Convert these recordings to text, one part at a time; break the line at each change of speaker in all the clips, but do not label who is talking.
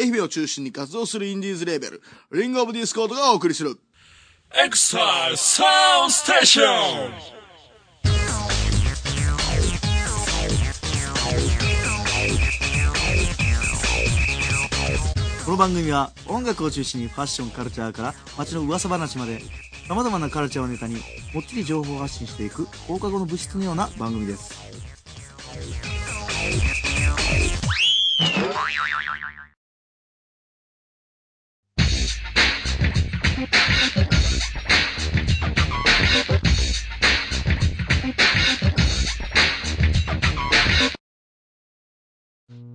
愛媛を中心に活動するインディーズレーベル、リングオブディスコードがお送りする。
エクササウンステーション
この番組は音楽を中心にファッションカルチャーから街の噂話まで様々なカルチャーをネタにもっちり情報発信していく放課後の物質のような番組です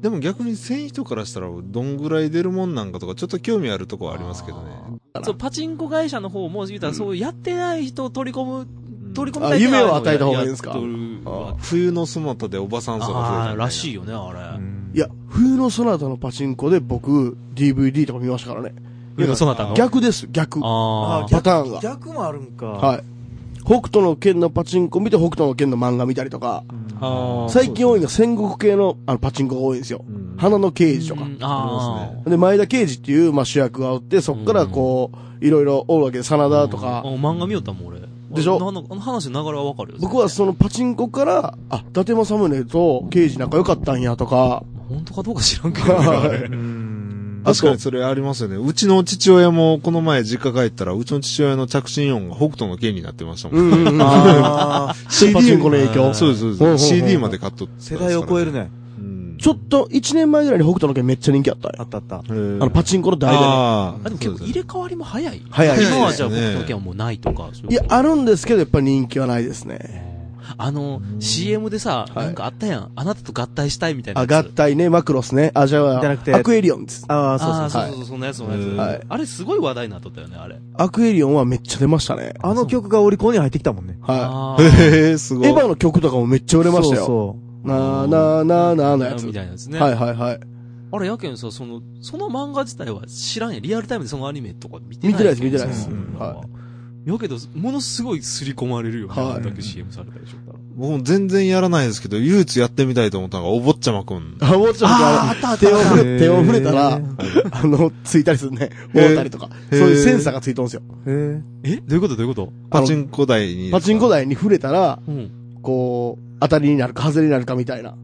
でも逆に繊維人からしたらどんぐらい出るもんなんかとかちょっと興味あるとこはありますけどね。
そう、パチンコ会社の方も、言うたら、そう、やってない人を取り込む、
うん
取り込みたいって
あ夢を与えた方がいいんですか
やっとるわ
冬のそなたでおばさん層が増え
あ
た
ー
みた
らしいよね、あれ。
いや、冬のソナタのパチンコで僕、DVD とか見ましたからね。
冬のソナタの
逆です、逆。
あ
あ
ー
パターンが。
逆もあるんか、
はい。北斗の剣のパチンコ見て、北斗の剣の漫画見たりとか、
あー
最近多いのは戦国系のあのパチンコが多いんですよ。
うん
花の刑事と
う
か。
ん
あり
あ
ま
で、前田刑事っていう、まあ、主役がおって、そっからこう、いろいろおるわけで、真田と
ーあ
か。
漫画見よったもん、俺。
でしょ
あのあの話の流れはわかるよ。
僕はそのパチンコから、あ、伊達政宗と刑事仲良かったんやとか、
本当かどうか知らんけ どね。あれ
うん
あと
確かにそれありますよね。うちの父親もこの前実家帰ったら、うちの父親の着信音が北斗の剣になってましたもん。
うんうんうん。
あ ー
パチンコの影響。
そうです、そう
ほうほ
で
うほ
す。
う
CD まで買っとったんです
世
からね
代を超える。ね
うん
ちょっと、1年前ぐらいに北斗の剣めっちゃ人気あったんや
あったあった
へー
あの、パチンコの台で。
あー
あでも結構入
そうです
れ
ね
替わりも早い。
早いですね
今はじゃあ僕の件はもうないとか。そう
いうや
こ、と
あるんですけど、やっぱ人気はないですね。
あの、CM でさ、
はい
なんかあったやん。あなたと合体したいみたいな
あ、
やつ。
合体ね、マクロスね。あ、じゃ
じゃな
あ
く、て
アクエリオンです。
ああそう
あ
そ
あ、
う
そ
そ
そうそう、そ
うう、
んなやつ、そんな
うん
は
や
い
つ。あれすごい話題になっとったよね、あれ。
アクエリオンはめっちゃ出ましたね。
あの曲がオリコンに入ってきたもんね
は
あー
へえ、す
い。
ごい。
エヴァの曲とかもめっちゃ売れましたよ。
そう
なーなーなーなーのやつ。
み
は
たいなやつ
い
ね。
はいはい。
あれ、やけんさ、その、その漫画自体は知らんやん。リアルタイムでそのアニメとか見てない。
見てないです見てないです
そう
うんは
やけど、ものすごい刷り込まれるよね。
はい
あんだけ CM されたりしょったら。
僕も全然やらないですけど、唯一やってみたいと思ったのが、お坊ちゃまくん。
あ、もうちょっとあの、手を触
へ
れ、
ー
手を触れたら、あの、ついたりするね。
へ ー
覆ったりとか。そういうセンサーがついとんですよ。
へ
えどういうことどういうこと
パチンコ台に。
パチンコ台に触れたら、
うん。
こう、当たりになるか、外れになるかみたいな。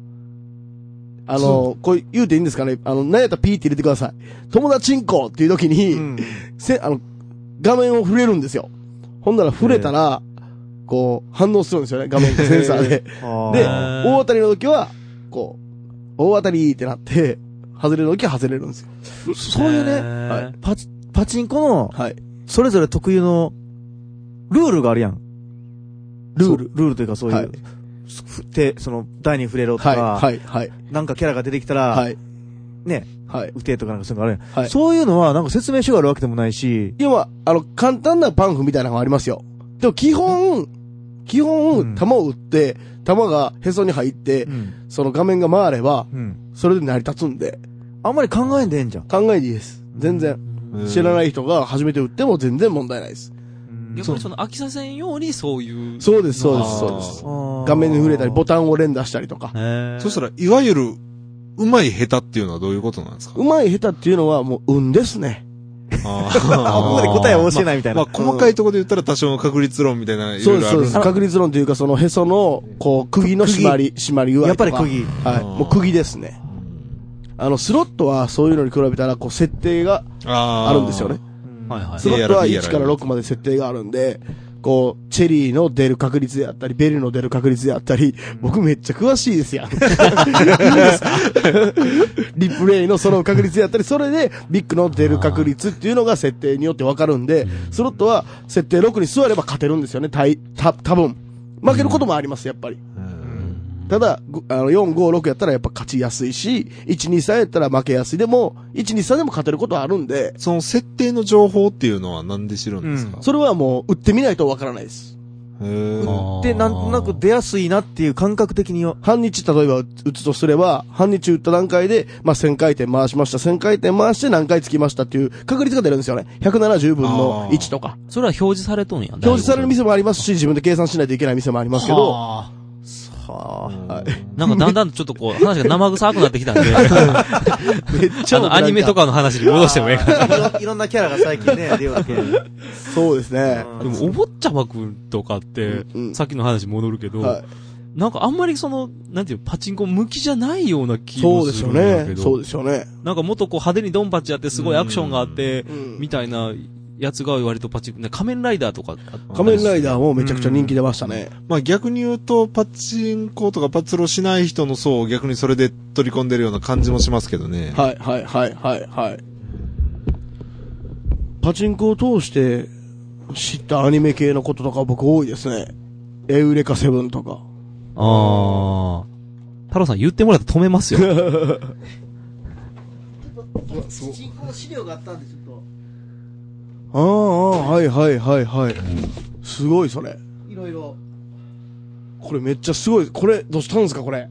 あの、こう言うていいんですかねあの、なんやったらピーって入れてください。友達んこっていう時
え
に、
うん
せ、あの、画面を触れるんですよ。ほんなら触れたら、こう、反応するんですよね、画面、センサーで。 で、
あ
で
ー
大当たりの時は、こう、大当たりってなって、外れる時は外れるんですよ。
そういうね、
は
はい
い。
パチパチンコの
はい。
それぞれ特有のルールがあるやんルールルールというかそういう、
はい
ふ手その台に触れろとか、
はい、はい、はい、
なんかキャラが出てきたら、
はい。
ね、
はい。
打てとかなんかそういうのがあるやん、
はい
そういうのはなんか説明書があるわけでもないし、
要は、あの、簡単なパンフみたいなのがありますよ。でも、基本、基
う
本、
ん
球を打って、球がへそに入って、
ん
その画面が回れば、
うん、
それで成り立つんで、
あんまり考えんでええんじゃん、
考えでいいです。全然、知ら
い。
ない人が初めて打っても全然問題ないです。
逆にその飽きさせんようにそういう。
そうです、そうです、
あー
そうです。画
画
面に触れたり、ボタンを連打したりとか。
へ
そしたら、いわゆる、うまい下手っていうのはどういうことなんですか
うまい下手っていうのはもう運ですね。
あ
あんまり答えは教えないみたい
ま
な、
あ、細かいところで言ったら多少の確率論みたいな、い
そ
ろ
う
い
で
ろ
す、
あ
そう
る
で
んです
す。
か
確率論というか、そのへその、こう、釘の締まり、締まり具合
やっ
とか。
ぱり釘
はい。もう釘ですね。あの、スロットはそういうのに比べたら、こう、設定が
あー
あるんですよね。
はいはい。
スロットは1から6まで設定があるんで、こう、チェリーの出る確率であったり、ベルの出る確率であったり、僕めっちゃ詳しいですやん。いいんですかリプレイのその確率であったり、それでビッグの出る確率っていうのが設定によってわかるんで、スロットは設定6に座れば勝てるんですよね、たい、た、多分。負けることもあります、やっぱり。ただ、ごあの、4、5、6やったらやっぱ勝ちやすいし、1、2、3やったら負けやすい。でも、1、2、3でも勝てることはあるんで、
その設定の情報っていうのは何で知るんですか
それはもう、打ってみないとわからないです。
へー
で、なんとなく出やすいなっていう感覚的によ、
半日、例えば打つとすれば、半日打った段階で、まあ、1000回転回しました、1000回転回して何回つきましたっていう確率が出るんですよね。170分の1とか。
それは表示されとんや。
表示される店もありますし、自分で計算しないといけない店もありますけど、
はあ
はあ、はい。
なんかだんだんちょっとこう、話が生臭くなってきたん で、
めっちゃ
あの、アニメと
か。
かの話に戻してもええかな。
いろいろんなキャラが最近ね、出ようけど。
そうですね。
でも、お坊ちゃまくんとかって
うんうん、
さっきの話戻るけ
は
ど
い、
なんかあんまりその、なんていう、パチンコ向きじゃないような気
そ
も
うですし
る
ょうん
だけ
ね。そ
ど
うで、しょうね。
なんかもっとこう派手にドンパチやってすごいアクションがあって、
うん
みたいなやつが割とパチンコ、ね仮面ライダーとかあったりする。
仮面ライダーもめちゃくちゃ人気出ましたね。
まあ逆に言うと、パチンコとかパチロしない人の層を逆にそれで取り込んでるような感じもしますけどね。
はいはいはいはいはい。パチンコを通して知ったアニメ系のこととか僕多いですね。エウレカセブンとか。
あー。太郎さん言ってもらったら止めますよ。
進行資料があったんで、ちょっと、
ああ、はいはいはいはい。すごいそれ。
いろいろ。
これめっちゃすごい。これ、どうしたんですかこれ。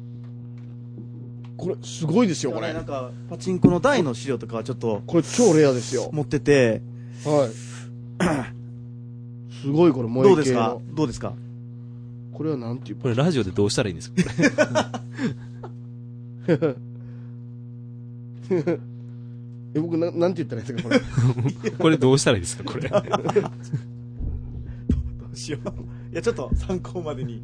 これ、すごいですよ、これ
なん。か、パチンコの台の資料とかはちょっと
これ超レアですよ。
持ってて、
はい。 すごいこれ、萌え
ど
系
うですか
の
どうですか
これはなんていう
これラジオでどうしたらいいんですかこれ
え、僕な、なんて言ったらいいですかこ れ。
これどうしたらいいですか これ。
どうしよう。いや、ちょっと参考までに。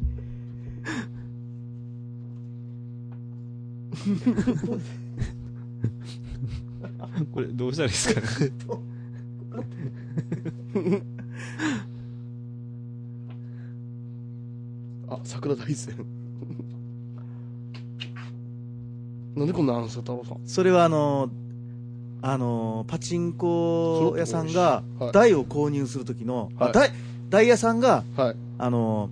これどうしたらいいですか
あ、桜大戦。 なんでこんなんあるんですか、太郎さん。
それはあの、あの、パチンコ屋さんが
はい、
台を購入するときの、
はい
あ台、台屋さんが、
はい。
あの、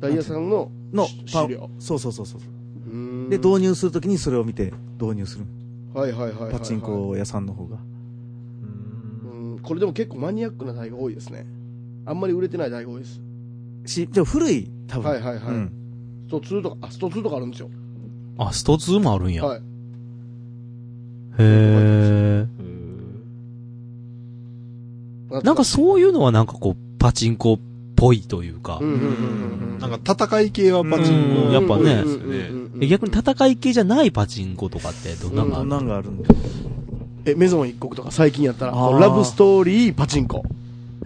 ダイヤさんの、
の
し、
パ
資料。
そうそうそうそう。で、
で
導入するときにそれを見て導入する。
はいはいはいはいはい。
パチンコ屋さんの方が。
うん。これでも結構マニアックな台が多いですね。あんまり売れてない台が多いです。
し、じゃあ古い、多分。
はいはいはい。
うん。
スト2とか、あ、スト2とかあるんですよ。
あ、スト2もあるんや。
はい。
へー。なんか、そういうのはなんかこう、パチンコっぽいというか、
うんうんうんうん。
なんか戦い系はパチン
う
コ。
んやっぱね
うんうんうんうん
え逆に戦い系じゃないパチンコとかってどんな
なんん
か
か、
あ
あ
る
ん
の、
なんがあるんで。
え、メゾン一国とか最近やったら、
あー
ラブストーリーパチンコ。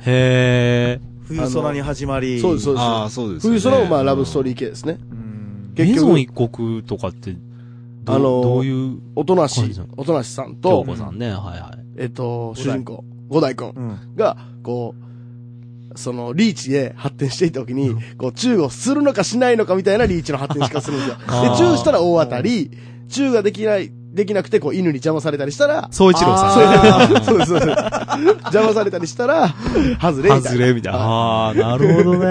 へ
冬空に始まり。
そうです、そうです。
ああ、そうです、ね。
冬空もまあラブストーリー系ですね。
うん。
ー。メ
結
ゾン
局、
一国とかってど、
あのー
どういう、
おとなし
感
い
じなの、
おとなしさん
京
と、
子さんね、はいはい。
えっと、主人公、五代君
うん。
が、こう、その、リーチで発展していった時に、こう、中をするのかしないのかみたいなリーチの発展しかするんですよ。で、
あー
中したら大当たり、中ができない、できなくて、こう、犬に邪魔されたりしたら、
総一郎さん。
そうです、そうです。邪魔されたりしたら、外れみたいな。
外れみたいな。ああー、なるほどね。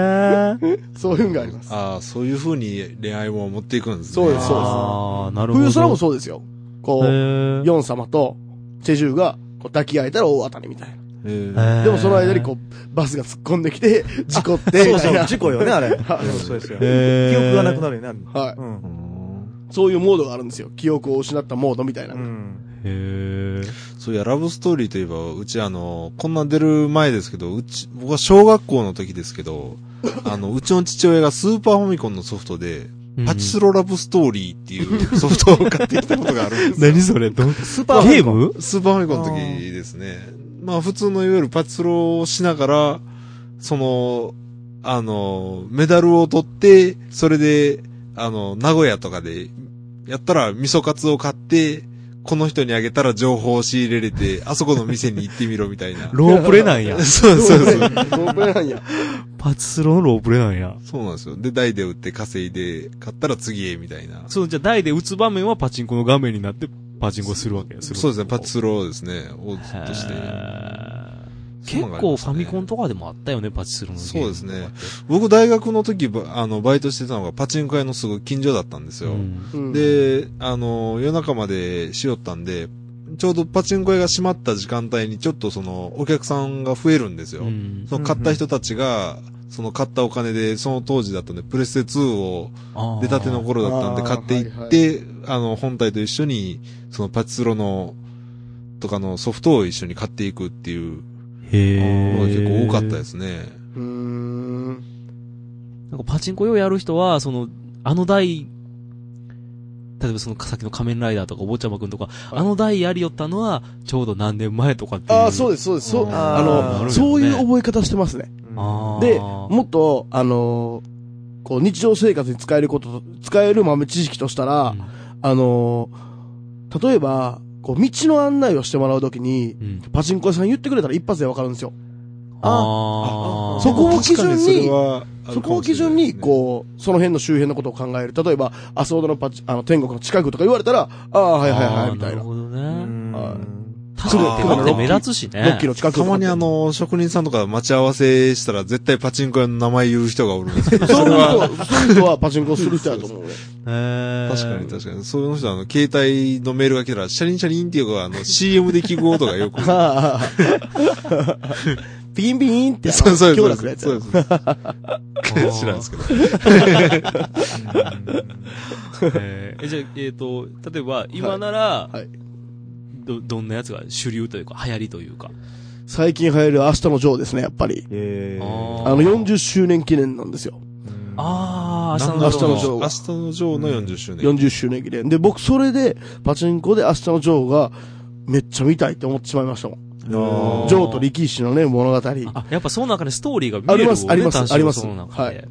そういうのがあります。
ああ、そういう風に恋愛も持っていくんですね。
そうですそうです
ああ、なるほど。
冬空もそうですよ。こ
へ
う、
ー
ヨン様と、チェジュウが、こう抱き合えたら大当たりみたいな。
へー
でもその間にこう、バスが突っ込んできて、事故って、み
そう
たい
そう、
な。
事故よね、あれ。 そうですよ。記憶がなくなるよね、あれ。
は
うん。
い。そういうモードがあるんですよ。記憶を失ったモードみたいな。
うん。
へえ。
そういや、ラブストーリーといえば、うちあの、こんなん出る前ですけど、うち、僕は小学校の時ですけど、あの、うちの父親がスーパーファミコンのソフトで、パチスロラブストーリーっていうソフトを買ってきたことがあるんですよ。
何それど
スーパー
ゲーム
スーパーファミコンの時ですね。まあ普通のいわゆるパチスロをしながら、その、あの、メダルを取って、それで、あの、名古屋とかで、やったら味噌カツを買って、この人にあげたら情報を仕入れれて、あそこの店に行ってみろみたいな。。
ロープレなんや
そうそうそう。
もうこれなんや。
パチスロのロープレなんや。
そうなんですよ。で、台で売って稼いで、買ったら次へみたいな。
そのじゃあ台で打つ場面はパチンコの画面になってパチンコするわけや
そうですね、パチスロをですね、をずっとして。
結構ファミコンとかでもあったよね、パチスロのゲーム
そうですね
とか
僕大学の時、ばあの、バイトしてたのがパチンコ屋のすごい近所だったんです
っ
よ。
うん、
で、あの、夜中までしよったんで、ちょうどパチンコ屋が閉まった時間帯にちょっとその、お客さんが増えるんです
て
よ。
うん
その買った人たちが、その買ったお金で、その当時だったんで、プレステ2を
あー
出たての頃だったんで、
あー
買っていって、あの、本体と一緒に、そのパチスロの、とかのソフトを一緒に買っていくっていう
へ
のが
ー
結構多かったですね。
うーん。
なんかパチンコ用やる人は、その、あの台、例えばそのさっきの仮面ライダーとかお坊ちゃまくんとか、あの台やりよったのはちょうど何年前とかっていう。
ああ、そう
で
です、そうです。そう、
うん
あ
なるほ
の、
ど
そういう
ね
覚え方してますね。
す。あー
で、もっと、あのーこう、日常生活に使えること、使える豆知識としたら、あのー例えば、こう、道の案内をしてもらうときに、
うん。うん
パチンコ屋さん言ってくれたら一発でわかるんですよ。
あー
そこを基準に
確かそれはある
そ
か
こを
もし
基
れ
準
ないで
に、
すね
こう、その辺の周辺のことを考える。例えば、浅田のパチ、あの、天国の近くとか言われたら、ああ、はいはいはい、みたい
あーなる
な。
ほど
う
ね。
ん
は
確かに、って目立つしね。
6キロ近くと
た
か
まにあの、職人さんとか待ち合わせしたら絶対パチンコ屋の名前言う人がおるんです けど、
そ
そうれは、
いう人、そういう人はパチンコする人やと思うね。
へー
確かに確かに。そういう人はあの、携帯のメールが来たら、シャリンシャリンっていうか、あの、CM で記号とかよく。
はあ ピンピンって、
そうそう
今
そ
日
う
だく
そ
や
う。
つや
そう
な。
ですそうで
あー
す知らんですけど。
えーえじゃあ、えっ、と、例えば、今なら、
はい
ど、どんなやつが主流というか、流行りというか。
最近流行る明日のジョーですね、やっぱり。
え
あ
ー
あの、40周年記念なんですよ。
あー、明日
明
の
日
ジョー
の
の
ジョー
明日のジョーの40周年。
40周年記念。で、僕それで、パチンコで明日のジョーが、めっちゃ見たいって思ってしまいましたもん。
あー
ジョーと力士のね、物語。
あ、やっぱその中にストーリーが見える
ありますあります
多少
あります
その中で。
は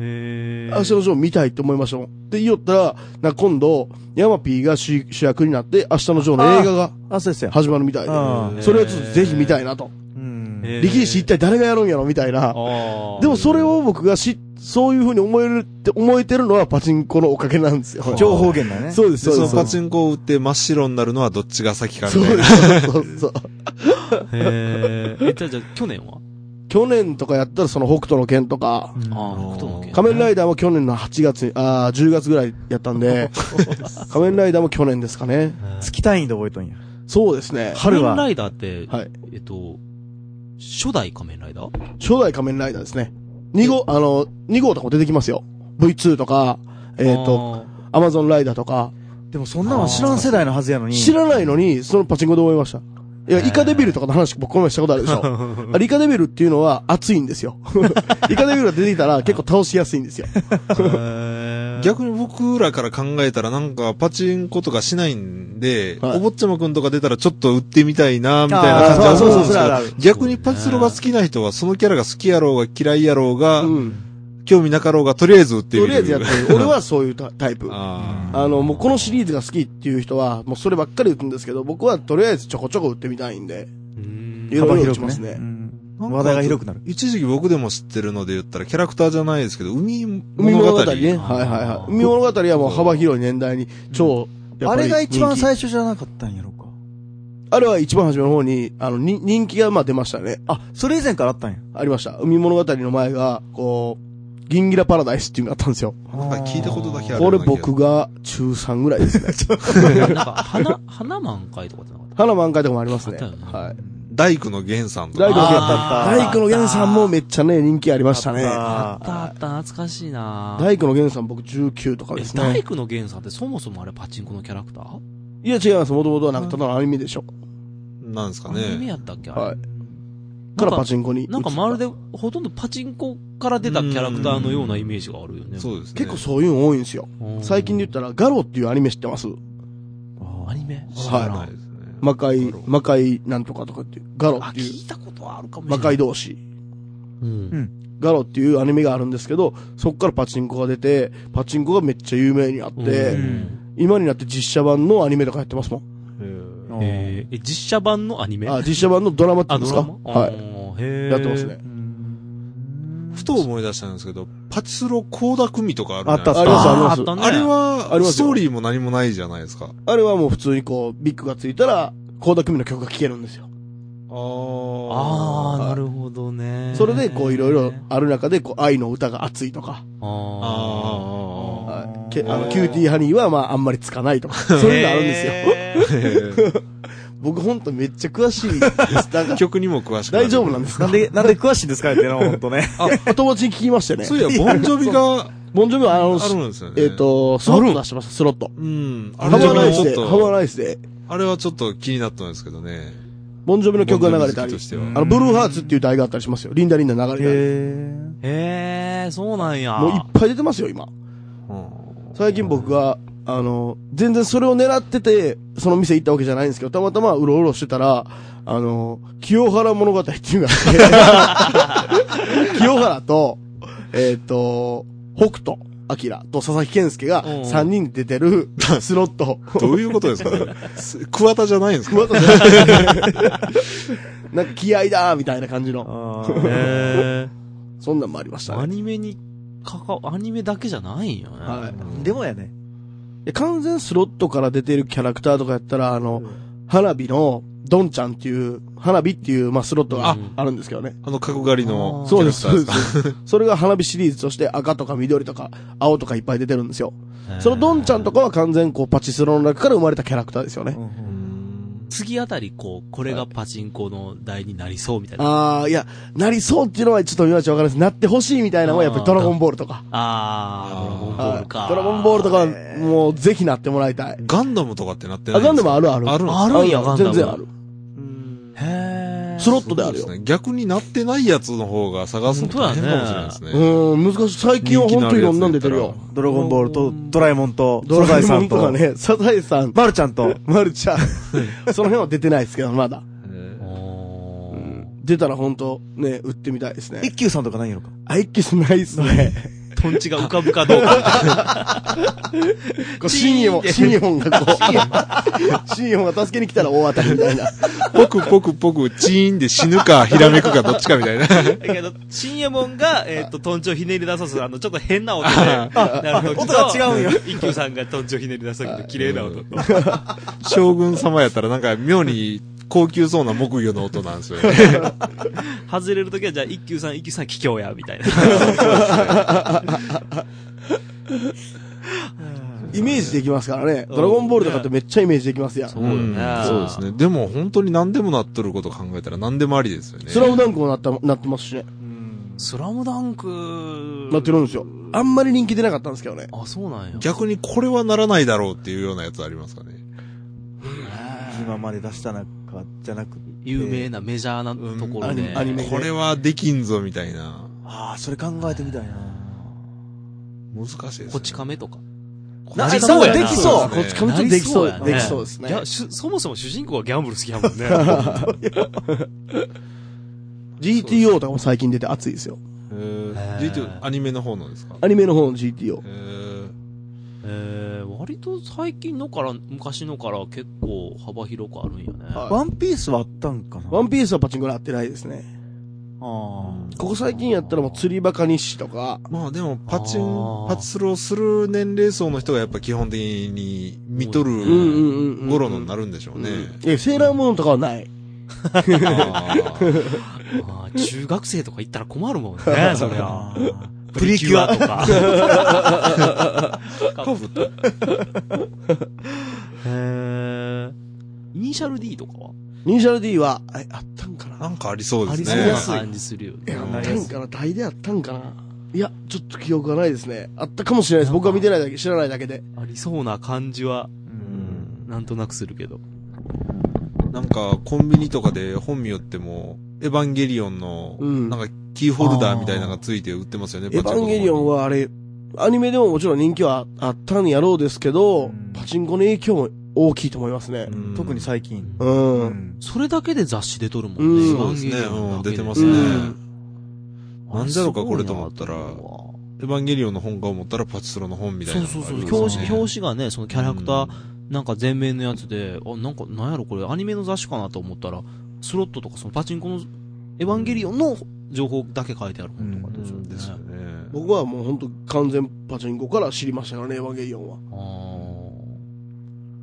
へー
明日のジョー見たいって思いましたもん。で、言おったら、なんか今度、ヤマピーが主主役になって、明日のジョーの映画が
あ、そうですよ。
始まるみたいで、
あ
それをちょっとぜひ見たいなと。
うん
へー
力士一体誰がやるんやろみたいな。
あー
でもそれを僕がし、そういう風に思えるって、思えてるのはパチンコのおかげなんですよ。
情報源だね。
そうで、
です
そう
そ
で
の
す。
パチンコを打って真っ白になるのはどっちが先かみ
そう
たい
で
な。
す、そうです そう。
へーえ、じゃあ、じゃあ、去年は
去年とかやったらその北斗の拳とか、
あー、北斗の拳
仮面ライダーも去年の8月に、ああ、10月ぐらいやったん で、仮面ライダーも去年ですかね。
月単位で覚えとんや。
そうですね。
仮
春
面ラ
は、
イダーって、
はい
えっと、初代仮面ライダー
初代仮面ライダーですね。2号、あの、2号とかも出てきますよ。V2 とか、えっ、と、、アマゾンライダーとか。
でもそんなの知らん世代のはずやのに。
知らないのに、そのパチンコで思いました。いや、イカデビルとかの話僕この前したことあるでし ょ。あれイカデビルっていうのは熱いんですよ。イカデビルが出てきたら結構倒しやすいんですよ。
あー
逆に僕らから考えたらなんかパチンコとかしないんで、
はい
お坊ちゃまくんとか出たらちょっと売ってみたいな、みたいな感じ
あ
は
ー
す
そう
るん
そう
ですけ
そう
ど
あるある
逆にパチスロが好きな人はそのキャラが好きやろうが嫌いやろうが、
うん。
興味なかろうがとりあえず売ってみ
と
る。
りあえずやってみ る。俺はそういうタタイプ。
あ
あの、もうこのシリーズが好きっていう人は、もうそればっかり打つんですけど、僕はとりあえずちょこちょこ打ってみたいんで、
うん
いろいろ打ちますね。
うん
ー
話題が広くなる。
一時期僕でも知ってるので言ったらキャラクターじゃないですけど、海
海
物
物
語。
語ね。はいはいはい。海物語はもう幅広い年代に超、やっ
あ
ぱり
れが一番
人気
最初じゃなかったんやろか。
あれは一番初めの方に、あの、に人気がまあ出ましたね。
あ、それ以前からあったんや。
ありました。海物語の前が、こう、ギンギラパラダイスっていうのがあったんですよ。
なんか聞いたことだけあるよ
こ
うな
れ
気が
僕が中3ぐらい ですね。
なんか、花、花満開とかってなかった
花満開とかもありますね。
あったよね
はい。
大工の源さんと
大工の
か。
源
あー
大工の源さんもめっちゃね、人気ありましたね。
あったあった、懐かしいな
大工の源さん僕19とかです
え大
ね。
工の源さんってそもそもあれパチンコのキャラクタ
い
ー
や違います。もともとはなんかただのアニメでしょ。
なんですか
アニメ
ね。
やったっけあれ。
はい。
な
か
ん
らパ
か、
チンコに移った。
なんかまるでほとんどパチンコから出たキャラクターのようなイメージがあるよね。
そうですね。
結構そういうの多いんですよ。
うん
最近で言ったら、ガロっていうアニメ知ってます
アニメ
知
はい
らないですね。
魔界
ガロ、
魔界なんとかとかっていう、ガロ
あ
っ、ていう、
聞いたことはあるかもしれな
魔界
い。
同士。
うん。
ガロっていうアニメがあるんですけど、そこからパチンコが出て、パチンコがめっちゃ有名にあっ
う
て、
ん
今になって実写版のアニメとかやってますもん。
うん
えーえ実写版のアニメ
あ、実写版のドラマってい
あ
うんで
ド
す
ラ
か
マ
はい。
い。へー
やってますね。。
ふと思い出したんですけど、パチスロ倖田組とかあるじ
あ
ゃ
ったあっ
ない
た
です
あ
か。
りま
あー
す
あったね。
あれ
あります
は、
よ
ストーリーも何もないじゃないですか。あ
あれはもう普通にこう、ビッグがついたら、倖田來未の曲が聴けるんですよ。
あ
は
あ、
い
なるほどね。
それでこういろいろある中で、こう、愛の歌が熱いとか、
あ
ああ。
はいけあの、キューティーハニーはまああんまりつかないとか、
あ。
そういうのあるんですよ。
よ。
僕ほんとめっちゃ詳しいです。だから、
曲にも詳しくなる
大丈夫なんですか
なんで、なんで詳しいんですかってな、ほんと ね。
あ、友達に聞きましてね。
そういや、ボンジョビが
ボンジョビはあの、
あるんですよね。
えっ、、と、スロット出してました、スロット。
うん。あ
ハ
れ
マライ
は
ス
ちょっ
で、ハマ
と、
ライスで、
あれはちょっと気になったんですけどね。
ボンジョビの曲が流れた
ボ
り
ン、ジョビ好きとし
あ
て
の、ブルーハーツっていう題があったりし ますよ。リンダリンダ流れたり。
へ
へえ、そうなんや。
もういっぱい出てますよ、今。
は。
最近僕が、あの、全然それを狙ってて、その店行ったわけじゃないんですけど、たまたまうろうろしてたら、あの、清原物語っていうのがあって、 清原と、えっ、と、北斗。明と佐々木健介が
うん
3人で出て るスロット。
どういうことです かねす桑田じゃないんですか
熊田じゃないなんか気合いだーみたいな感じの。
あーへ
そんなんもありまし
ー
た
ア
ね。
ニメにかか、アニメだけじゃないんよね。
はい
でもやね。
で完全スロットから出てるキャラクターとかやったら、あの、花火の、ドンちゃんっていう、花火っていう、まあ、スロットが
あ
あるんですけどね。
あの角刈りの
あー
キ
そ
ャ
う
ラ
です、
クタ
そ
ー
う
で
です
か。
す。 それが花火シリーズとして赤とか緑とか青とかいっぱい出てるんですよ。そのドンちゃんと
か。
かは完全こうパチスロの中から生まれたキャラクターですよね。
次あたり、こう、これがパチンコの台になりそうみたいな。
あー、いや、なりそうっていうのはちょっと見まちわからないです。なってほしいみたいなのはやっぱりドラゴンボールとか。
あー、ドラゴンボールか
は。いドラゴンボールとかはもうぜひなってもらいたい。
ガンダムとかってなってな
あ、
いんで
ガンダ
す
ム
か
あるある。
あるんですか
あるんや、ガンダム。
全然ある。。
へー。
スロットである
そ
よ。
うですね。逆になってないやつの方が探すの大変かもしれないですね。
うーん、難しい。最近は本当にいろんなん出てるよ。
ドラゴンボールと、ドラえもんと、
ド
サザ
ラえ
エさ
も
ん
ん
と、
とかね、サザエさん、
マルちゃんと、
マルちゃん。その辺は出てないですけど、まだ。
おー
出たら本当ね、売ってみたいですね
一。休さんとかないんやろか。
あ、一気しないっすね。
トンチが浮かぶかどうか。
こうシニオン、シニオンがこう、シニオンが助けに来たら大当たりみたいな。
ポクポクポク、チーンで死ぬか、ひらめくか、どっちか みたいな。
だけど、新右衛門が、えっと、トンチをひねり出さす、あの、ちょっと変な音で、なる
音が違うんや。
一休さんがトンチをひねり出す時の綺麗な音と。
将軍様やったらなんか妙に高級そうな木魚の音なんですよね。
外れる時は、じゃあ、一休さん、一休さん、桔梗や、みたいな。
イメージできますからね。ドラゴンボールとかってめっちゃイメージできますやん。
そうよね
んそうですね。でも本当に何でもなっとること考えたら何でもありですよね。
スラムダンクもなった、なってますしね。
スラムダンク
なってるんですよ。あんまり人気出なかったんですけどね。
あ、そうなんや。
逆にこれはならないだろうっていうようなやつありますかね。
今まで出した中じゃなくて。
有名なメジャーなところで。
アニメ
これはできんぞみたいな。
ああ、それ考えてみたいな。
難しいです、ね。
こち亀とか。
な
りそうやな
できそう。
そう
こっ
です
ちかみ
ね
ちゃんできそうや。
な
で
りそうやね
きそうですね
ギ。ャしそもそも主人公はギャンブル好きやもんね。
GTO とかも最近出て熱いですよ。
えー、GTO アニメの方のですか
アニメの方の GTO
え。ー
えー、割と最近のから、昔のから結構幅広くあるんよね。
はい
ワンピースはあったんかな
ワン
ー
ピースはパチンコに合ってないですね。
ス。
ここ最近やったらもう釣りバカ日誌とか、
まあでもパチン
あー、
パチスローする年齢層の人がやっぱ基本的に見と
う
う
んうん
る
うんうん。
頃のになるんでしょうね。
うんえ、セーラームーンとかはない。
あー
あー中学生とか行ったら困るもんね、そりゃ。
プリキュア
とか。
カブト
へーイニシャル D とかは
イニシャル D は、え、あったんかな
なんかありそうです
そ
ね。
んな
すい
感じするよ
え、
ね。
あったんかな台であったんかないや、ちょっと記憶がないですね。あったかもしれないです。僕は見てないだけ、知らないだけで。
ありそうな感じは、なんとなくするけど。
なんか、コンビニとかで本見よっても、エヴァンゲリオンの、
うん
なんか、キーホルダーみたいなのがついて売ってますよね、
エヴァンゲリオン
は。
はあれ、アニメでももちろん人気はあったんやろうですけど、パチンコの影響も大きいと思いますね。
うん
特に最近。
うん。
それだけで雑誌で撮るもんね。
うん
エ
そ
ヴ
う
ァ
で
ンゲ
す
リ
ね。
オンだ
うん、
け
出
で
てま
も
すね。
うん
なんじゃろうかこれと思ったらエヴァンゲリオンの本か思ったらパチスロの本みたい
そ
な
う
のがあ
そ
り
う
ます
そう。表
ね。
紙、表紙がね、そのキャラクター、なんか前面のやつで、あ、なんか、なんやろこれ、アニメの雑誌かなと思ったら、スロットとかそのパチンコの、エヴァンゲリオンの情報だけ書いてある本とか
う
でしょ、
んですよね。
僕はもうほんと完全パチンコから知りましたからね、エヴァンゲリオンは。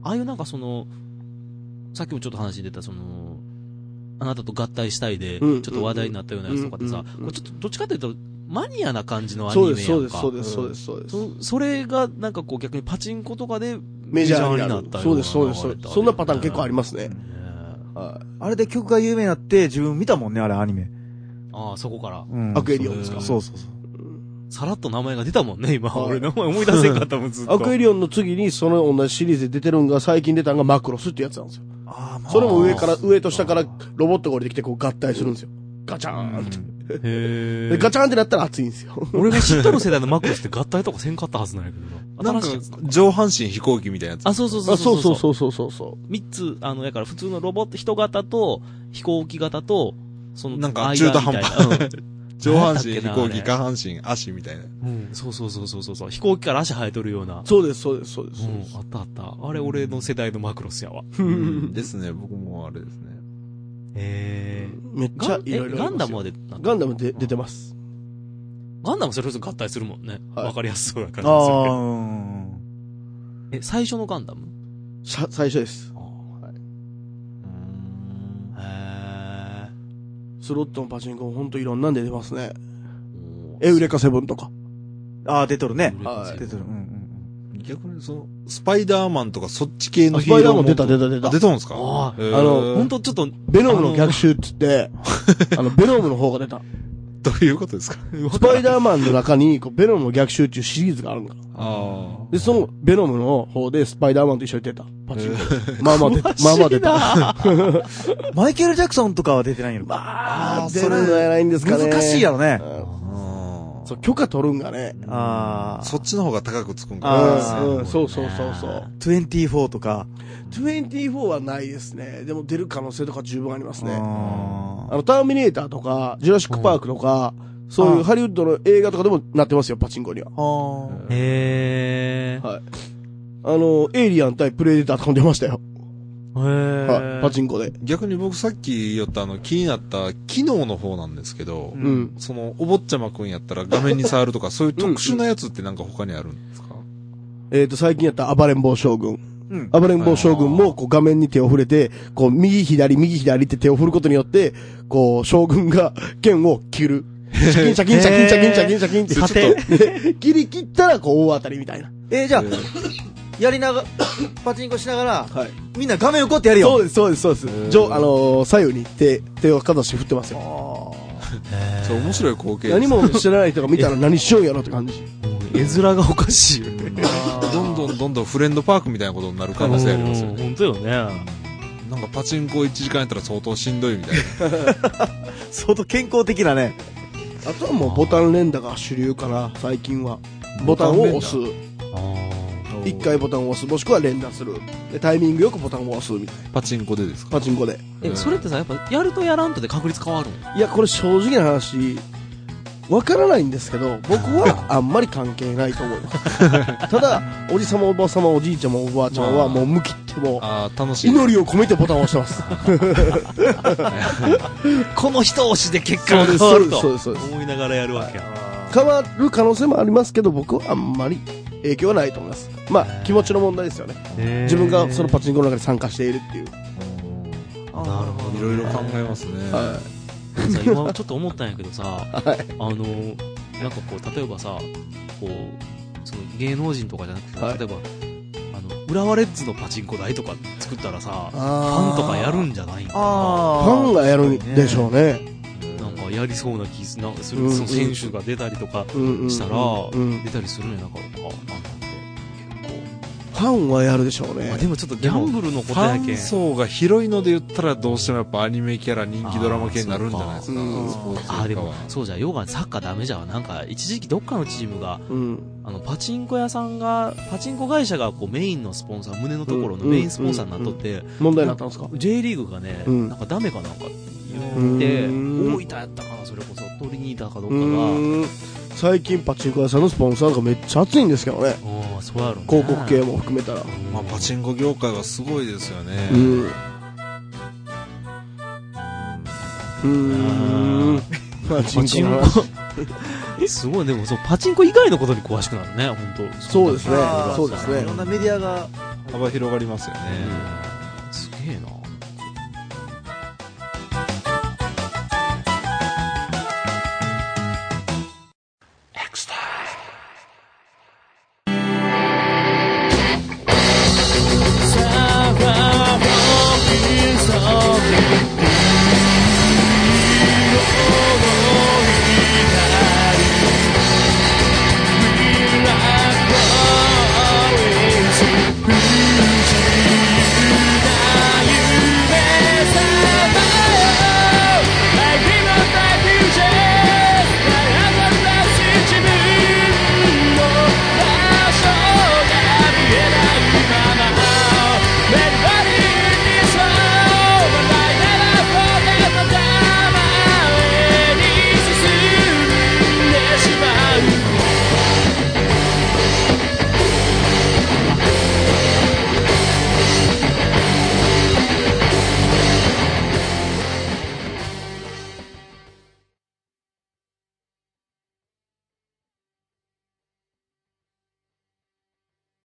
あああいうなんかその、さっきもちょっと話に出た、その、あなたと合体したいで、ち
う
ょ
ん
っと話題になったようなやつとかで
う
さ
んうん、
これちょっとどっちかというと、マニアな感じのアニメ
そう
やん
で
か。
す、そうです、そうです、そうです、そうです。
そそれがなんかこう逆にパチンコとかで
メジャーにな
メジャー
る
になった。よ
そうです、そうです、そうです。そんなパターン結構ありますね。
ね
は
あれで曲が有名になって、自分見たもんね、あれアニメ。
ああ、そこから。
うん
アクエリオンですか
そうそうそう。
さらっと名前が出たもんね、今。
はい
俺名前思い出せんかったもん、ずっ
い
と。
アクエリオンの次にその同じシリーズで出てるんが最近出たのがマクロスってやつなんですよ。
ああ、まあ
それも上から、上と下からロボットが降りてきてこう合体するんですよ。ガチャーンって。
へ
でガチャンってなったら熱いんですよ。
俺が知っとる世代のマックスって合体とかせんかったはずなんやけど
な
な。
んか
新しいやつか、
上半身飛行機みたいなやつ。
あ、そうそうそ
あ
うそ
そうう
そ
そうう
そう。
そうそうそうそ
三つ、あの、やから普通のロボット、人型と飛行機型と、その、
なんか
間みたいな
中途半端。上半
なん
身飛
だっけな
行
あ
機、
れ
下半身足みたいな。
うんうんそうそうそうそうそうそう。飛行機から足生えとるよう
う。。
な
そうです、そうです、そうです。
うん、あったあった。あれ俺の世代のマクロスやわ。
うんですね、僕もあれですね。
へえ。
めっち
ガ
ゃ
ン
いろい
え
ろ。
ガンダム
は
は出た
ガンダムで出てます。
ガンダムそれこそ合体するもんね。
はい
わかりやすそうな感じです
あ
よ
ー。
ね。え、最初のガンダム
さ最初です。
へえ。
スロットのパチンコもほんといろんなんで出てますね。
おー
エウレカセブンとか。
あー、出とるね。
はい
出とる。うんうん
逆にその、スパイダーマンとかそっち系の
あ
ヒーローも。
スパイダーマン出た出た出た
あ出たんですか
あー
へー
あの
ほんとちょっと、
ベノムの逆襲っつって、あの、ベノムの方が出た。
どういうことですか
スパイダーマンの中に、こう、ベノムの逆襲っていうシリーズがあるの。
ああ。
で、その、ベノムの方でスパイダーマンと一緒に出た。パチンコで。まあまあ出た。まあまあ出た。
うん。マイケル・ジャクソンとかは出てないよ。
まあ、
ー
出るのやないんですかね。
難しいやろね。
うん。
あ
そう、許可取るんがね。
あ
あ。
ー
そっちの方が高くつくん
う
か
あ
ん、うん、そうそうそうそう。
24とか。
24はないですね。でも出る可能性とか十分ありますね。
あ
あの、ターミネーターとか、ジュラシックパークとか、そういうハリウッドの映画とかでもなってますよ、パチンコには。
ーあ
へえ。
はい。あの、エイリアン対プレデターとかも出ましたよ。
へえ。
はい。パチンコで。
逆に僕さっき言ったあの気になった機能の方なんですけど、
う。
うん
そのお坊ちゃまくんやったら画面に触るとかそういう特殊なやつってなんか他にあるんですか
えっと、最近やった暴れん坊将軍。
うん
暴れん坊将軍も、こう、画面に手を触れて、こう、右左、右左って手を振ることによって、こう、将軍が 剣を切る。シャキンシャキンシャキンシャキンシャキンシャキンって。
ー。て。
切り切ったら、こう、大当たりみたいな。
えー、じゃあ、やりながら、 パチンコしながら、
はい。
みんな画面横ってやる
そ
よ。
うです、そうです、そうです。上、あのー、左右に手、手をかざして振ってますよ。
そう面白い光景
何も知らない人が見 たら何しようやろって感じ。
絵面がおかしいよね。
どんどんどんどんフレンドパークみたいなことになる可能性ありますよね
本当よね。
なんかパチンコ1時間やったら相当しんどいみたいな
相当健康的なね。
あとはもうボタン連打が主流かな、最近は。ボタンを押す。一回ボタンを押す。もしくは連打する。で、タイミングよくボタンを押すみたいな。
パチンコでですか
パチンコで。
え、それってさ、やっぱ、やるとやらんとで確率変わるの
いや、これ正直な話、わからないんですけど、僕 はあんまり関係ないと思います。 ただ、おじさまおばさまおじいちゃまおばあちゃん
まあ
はもう向きってもう、
ああ楽しい
祈りを込めてボタンを押してます。
この一押しで結
そうです、そうです、そうです。そうです
思いながらやるわけや。
変わる可能性もありますけど、僕はあんまり影響はないと思います。まあ、気持ちの問題ですよね。自分がそのパチンコの中に参加しているっていう。
なるほ
いろいろ考えますね、
は
さ今ちょっと思ったんやけどさ、あのなんかこう例えばさこうその芸能人とかじゃなくて、
はい
例えばあの浦和レッズのパチンコ台とか作ったらさフ
あー
ァンとかやるんじゃないんか
フ
な
あ
ァンがやるんでしょうね。
なんかやりそうな気すなんかする、
うん
その選手が出たりとか
うんうんうん
したら、
うん
出たりするんやなんかあなんなんて結
ファンはやるでしょう
構、
ね
まあ、。でもちょっとギャンブルのこ
フ
とやけん
ァン層が広いので言ったらどうしてもやっぱアニメキャラ人気ドラマ系になるんじゃないですか
あー
スポーツ
あー
より
で
かは
もそうじゃんヨガサッカーダメじゃんなんか一時期どっかのチームが
うん。
あのパチンコ屋さんがパチンコ会社がこうメインのスポンサー胸のところのメインスポンサーになっとって、
問題になったんですか
J リーグがね、
うん
なんかダメかなんかって
う
言って
ん
大分やったかなそれこそトリニータかどっ
う
かが
ーん最近パチンコ屋さんのスポンサーがめっちゃ熱いんですけどね
ああそうやろね
広告系も含めたら
まあ、パチンコ業界はすごいですよね
う。んうーんパチ
パチ
ン
ン
コの話
コ すごいでもそうパチンコ以外のことに詳しくなるね本当
そうですね
あー
そうです
いろん
ね
なメディアが、
幅広がりますよね。
すげえな